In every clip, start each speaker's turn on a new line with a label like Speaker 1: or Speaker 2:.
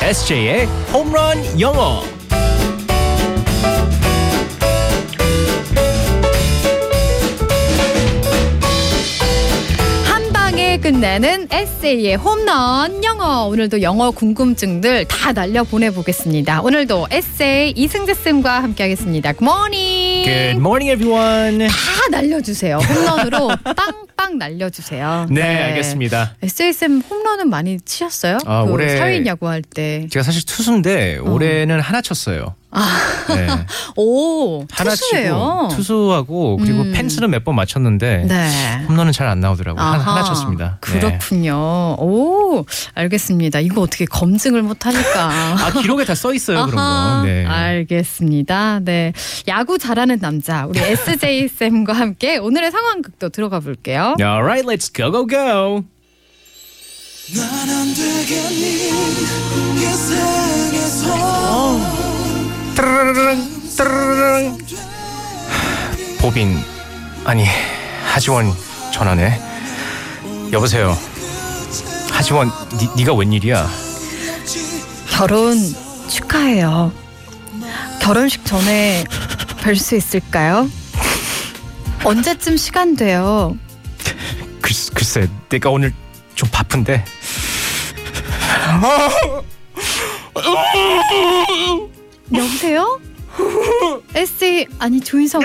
Speaker 1: SJ의 홈런 영어.
Speaker 2: 한 방에 끝내는 에세이의 홈런 영어 오늘도 영어 궁금증들 다 날려 보내보겠습니다. 오늘도 에세이 이승재 쌤과 함께하겠습니다. 굿모닝.
Speaker 1: Good morning, everyone.
Speaker 2: 다 날려주세요. 홈런으로 빵빵 날려주세요.
Speaker 1: 네, 알겠습니다.
Speaker 2: 에세이 쌤 홈런은 많이 치셨어요?
Speaker 1: 아,
Speaker 2: 그
Speaker 1: 올해-
Speaker 2: 사회인 야구 할 때.
Speaker 1: 제가 사실 투수인데
Speaker 2: 어.
Speaker 1: 올해는 하나 쳤어요. 네,
Speaker 2: 오
Speaker 1: 하나
Speaker 2: 아, 투수예요.
Speaker 1: 치고 투수하고 그리고
Speaker 2: 음.
Speaker 1: 펜스는 몇 번 맞췄는데
Speaker 2: 네.
Speaker 1: 홈런은 잘 안 나오더라고요. 하나, 하나
Speaker 2: 아하,
Speaker 1: 쳤습니다. 네.
Speaker 2: 그렇군요. 오, 알겠습니다. 이거 어떻게 검증을 못 하니까.
Speaker 1: 아 기록에 다 써 있어요 그런
Speaker 2: 아하,
Speaker 1: 거. 네.
Speaker 2: 알겠습니다. 네. 야구 잘하는 남자, 우리 SJ쌤과 함께 오늘의 상황극도 들어가 볼게요.
Speaker 1: Alright, let's go go go.
Speaker 3: 난 안 되겠니 그 이 세상에서
Speaker 1: 따르르릉, 따르르릉. 보빈 아니 하지원 전화네. 여보세요. 하지원 니, 네가 웬일이야?
Speaker 2: 결혼 축하해요. 결혼식 전에 뵐 수 있을까요? 언제쯤 시간 돼요?
Speaker 1: 글, 글쎄 내가 오늘 좀 바쁜데
Speaker 2: 여보세요? SJ 아니 조인성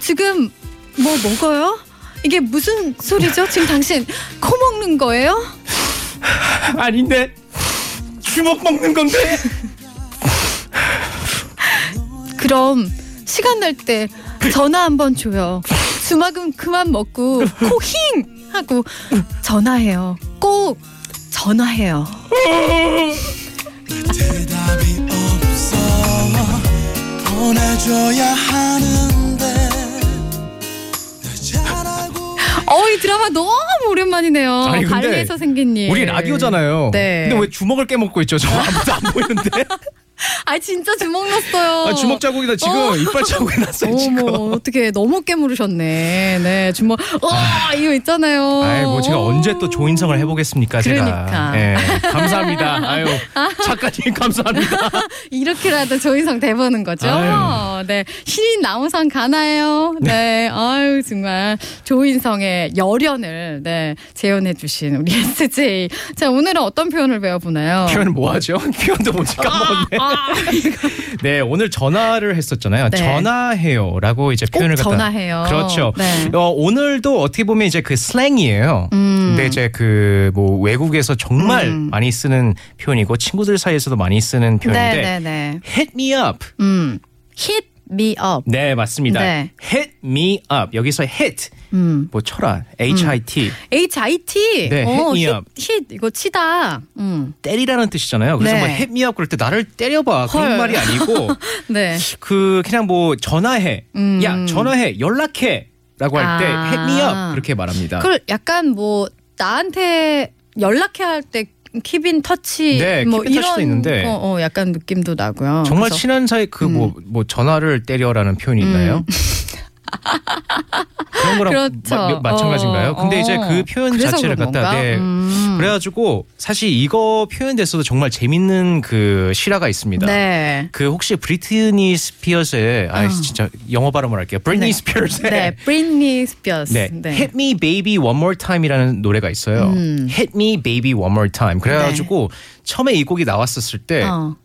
Speaker 2: 지금 뭐 먹어요? 이게 무슨 소리죠? 지금 당신 코 먹는 거예요?
Speaker 1: 아닌데 주먹 먹는 건데
Speaker 2: 그럼 시간 날 때 전화 한번 줘요. 주막은 그만 먹고 코힝 하고 전화해요. 꼭 전화해요.
Speaker 3: 대답이 없어 보내줘야 하는데 널잘 알고
Speaker 2: 어 이 드라마 너무 오랜만이네요.
Speaker 1: 아니, 근데
Speaker 2: 발리에서 생긴 일.
Speaker 1: 우리 라디오잖아요
Speaker 2: 예. 네.
Speaker 1: 근데 왜 주먹을 깨먹고 있죠 저 아무도 안 보이는데
Speaker 2: 아 진짜 주먹 났어요.
Speaker 1: 아, 주먹 자국이 나 지금
Speaker 2: 어.
Speaker 1: 이빨 자국이 났어요 지금
Speaker 2: 어머 어떻게 너무 깨물으셨네. 네 주먹. 어 이거 있잖아요.
Speaker 1: 아이 뭐 제가
Speaker 2: 어.
Speaker 1: 언제 또 조인성을 해보겠습니까 제가
Speaker 2: 그러니까.
Speaker 1: 예, 감사합니다 아유 작가님 감사합니다
Speaker 2: 이렇게라도 조인성 돼보는 거죠.
Speaker 1: 아유.
Speaker 2: 네. 신인 나무상 가나요? 네. 아유, 정말 조인성의 열연을, 네, 재현해주신 우리 SJ. 자, 오늘은 어떤 표현을 배워보나요?
Speaker 1: 표현 뭐하죠 표현도 뭔지 까먹었네
Speaker 2: 아, 이거
Speaker 1: 네 오늘 전화를 했었잖아요
Speaker 2: 네.
Speaker 1: 전화해요라고 이제
Speaker 2: 꼭
Speaker 1: 표현을 갖다
Speaker 2: 전화해요.
Speaker 1: 그렇죠.
Speaker 2: 네.
Speaker 1: 어, 오늘도 어떻게 보면 이제 그 슬랭이에요.
Speaker 2: 음.
Speaker 1: 근데 이제 그 뭐 외국에서 정말
Speaker 2: 음.
Speaker 1: 많이 쓰는 표현이고 친구들 사이에서도 많이 쓰는 표현인데
Speaker 2: 네, 네, 네.
Speaker 1: hit me up.
Speaker 2: 음. Hit me up.
Speaker 1: 네, 맞습니다.
Speaker 2: 네.
Speaker 1: hit me up. 여기서 hit
Speaker 2: 음.
Speaker 1: 뭐 쳐라. h i t
Speaker 2: H-I-T.
Speaker 1: 네,
Speaker 2: 어,
Speaker 1: hit me
Speaker 2: hit,
Speaker 1: up.
Speaker 2: hit. 이거 치다. 음.
Speaker 1: 때리라는 뜻이잖아요. 그래서
Speaker 2: 네.
Speaker 1: 뭐 hit me up 그럴 때 나를 때려 봐.
Speaker 2: 헐.
Speaker 1: 그런 말이 아니고
Speaker 2: 네.
Speaker 1: 그 그냥 뭐 전화해.
Speaker 2: 음.
Speaker 1: 야, 전화해. 연락해. 라고 할 때
Speaker 2: 아.
Speaker 1: hit me up 그렇게 말합니다.
Speaker 2: 그걸 약간 뭐 나한테 연락해야 할 때 킵인 터치
Speaker 1: 네,
Speaker 2: 뭐
Speaker 1: 킵인
Speaker 2: 이런
Speaker 1: 터치도 있는데.
Speaker 2: 어, 어, 약간 느낌도 나고요.
Speaker 1: 정말
Speaker 2: 그래서
Speaker 1: 친한 사이 그 뭐
Speaker 2: 음.
Speaker 1: 뭐 전화를 때려라는 표현이 있나요? 그런 거랑
Speaker 2: 그렇죠.
Speaker 1: 마, 마- 마찬가지인가요?
Speaker 2: 어,
Speaker 1: 근데 이제
Speaker 2: 어.
Speaker 1: 그 표현
Speaker 2: 그래서
Speaker 1: 자체를
Speaker 2: 그런
Speaker 1: 갖다
Speaker 2: 건가?
Speaker 1: 네.
Speaker 2: 음.
Speaker 1: 그래가지고 사실 이거 표현됐어도 정말 재밌는 그 실화가 있습니다.
Speaker 2: 네.
Speaker 1: 그 혹시 브리트니 스피어스의 아
Speaker 2: 어.
Speaker 1: 진짜 영어 발음을 할게요. 브리트니
Speaker 2: 네.
Speaker 1: 스피어스의
Speaker 2: 네, 브리니 스피어스.
Speaker 1: 네. Hit Me Baby One More Time이라는 노래가 있어요.
Speaker 2: 음. 네.
Speaker 1: Hit Me Baby One More Time. 그래가지고 처음에 이 곡이 나왔었을 때
Speaker 2: 어.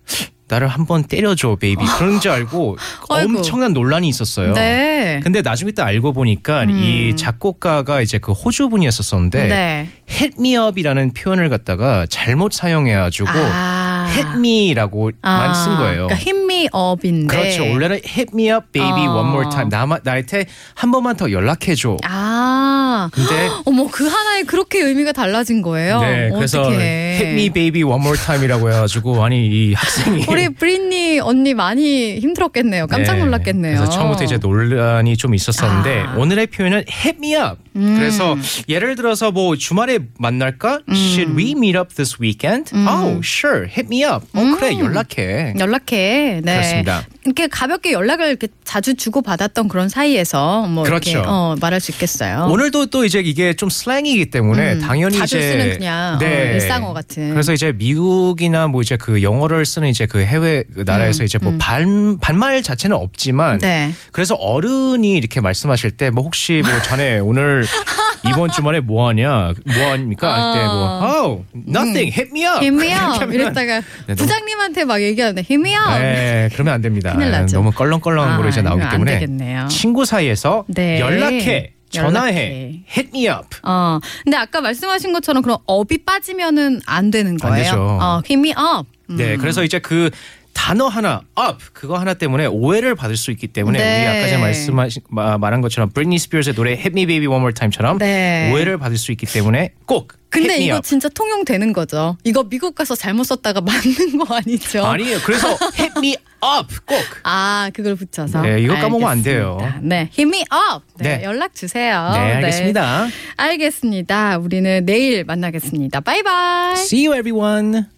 Speaker 1: 나를 한번 때려줘 베이비 그런 줄 알고
Speaker 2: 아이고.
Speaker 1: 엄청난 논란이 있었어요.
Speaker 2: 네. 음.
Speaker 1: 근데 나중에 또 알고 보니까 이 작곡가가 이제 그 호주 분이었었는데
Speaker 2: 네.
Speaker 1: hit me up이라는 표현을 갖다가 잘못 사용해가지고
Speaker 2: 아.
Speaker 1: hit me라고만
Speaker 2: 아,
Speaker 1: 쓴 거예요.
Speaker 2: 그러니까 hit me up인데.
Speaker 1: 그렇죠. 원래는 hit me up baby
Speaker 2: 네. 어.
Speaker 1: one more time 나 나한테 한 번만 더 연락해줘.
Speaker 2: 아.
Speaker 1: 근데
Speaker 2: 어머 그 하나에 그렇게 의미가 달라진 거예요.
Speaker 1: 네 그래서
Speaker 2: 어떡해.
Speaker 1: hit me baby one more time이라고 해가지고 아니 이 학생이
Speaker 2: 우리 브린니 언니 많이 힘들었겠네요. 깜짝
Speaker 1: 네.
Speaker 2: 놀랐겠네요.
Speaker 1: 그래서 처음부터 이제 논란이 좀 있었었는데
Speaker 2: 아. 음.
Speaker 1: 오늘의 표현은 hit me up. 그래서 예를 들어서 뭐 주말에 만날까? Should we meet up this weekend?
Speaker 2: 음.
Speaker 1: Oh, sure. Hit me up. 어 그래 연락해.
Speaker 2: 연락해. 네.
Speaker 1: 그렇습니다.
Speaker 2: 이렇게 가볍게 연락을 이렇게 자주 주고 받았던 그런 사이에서 뭐
Speaker 1: 그렇죠.
Speaker 2: 이렇게 어, 말할 수 있겠어요.
Speaker 1: 오늘도 또 이제 이게 좀 슬랭이기 때문에
Speaker 2: 음,
Speaker 1: 당연히
Speaker 2: 자주
Speaker 1: 이제 네.
Speaker 2: 쓰는 그냥 어, 일상어 같은.
Speaker 1: 그래서 이제 미국이나 뭐 이제 그 영어를 쓰는 이제 그 해외 그 나라에서 이제 뭐 반, 반말 자체는 없지만
Speaker 2: 음, 네.
Speaker 1: 그래서 어른이 이렇게 말씀하실 때 뭐 혹시 뭐 자네 오늘 이번 주말에 뭐 하냐 뭐 합니까 할 때뭐
Speaker 2: 어.
Speaker 1: oh
Speaker 2: 음.
Speaker 1: nothing hit me up
Speaker 2: 힘이야 이랬다가
Speaker 1: 아, 네, 너무-
Speaker 2: 부장님한테 막 얘기하는데 힘이야.
Speaker 1: 네, 그러면 안 됩니다.
Speaker 2: 큰일 나죠.
Speaker 1: 너무 껄렁껄렁한
Speaker 2: 아,
Speaker 1: 걸로 이제 나오기
Speaker 2: 이거 안
Speaker 1: 때문에
Speaker 2: 되겠네요.
Speaker 1: 친구 사이에서
Speaker 2: 네.
Speaker 1: 연락해,
Speaker 2: 연락해.
Speaker 1: 전화해, hit me up.
Speaker 2: 어, 근데 아까 말씀하신 것처럼 그럼 업이 빠지면은 안 되는
Speaker 1: 안
Speaker 2: 거예요.
Speaker 1: 되죠.
Speaker 2: 어, 힘이 업. 음.
Speaker 1: 네, 그래서 이제 그 단어 하나 up 그거 하나 때문에 오해를 받을 수 있기 때문에
Speaker 2: 네.
Speaker 1: 우리 아까 전에 말씀하신 마- 말한 것처럼 브리니 스피어스의 노래 Hit Me Baby One More Time처럼
Speaker 2: 네.
Speaker 1: 오해를 받을 수 있기 때문에 꼭
Speaker 2: 근데
Speaker 1: hit me
Speaker 2: 이거
Speaker 1: up.
Speaker 2: 진짜 통용되는 거죠. 이거 미국 가서 잘못 썼다가 맞는 거 아니죠?
Speaker 1: 아니에요. 그래서 hit me up 꼭
Speaker 2: 아, 그걸 붙여서.
Speaker 1: 네, 이거 까먹으면 안
Speaker 2: 알겠습니다.
Speaker 1: 돼요.
Speaker 2: 네, 힘이 업. 네,
Speaker 1: 네.
Speaker 2: 연락 주세요.
Speaker 1: 네, 알겠습니다.
Speaker 2: 알겠습니다. 우리는 내일 만나겠습니다. 바이바이.
Speaker 1: See you everyone.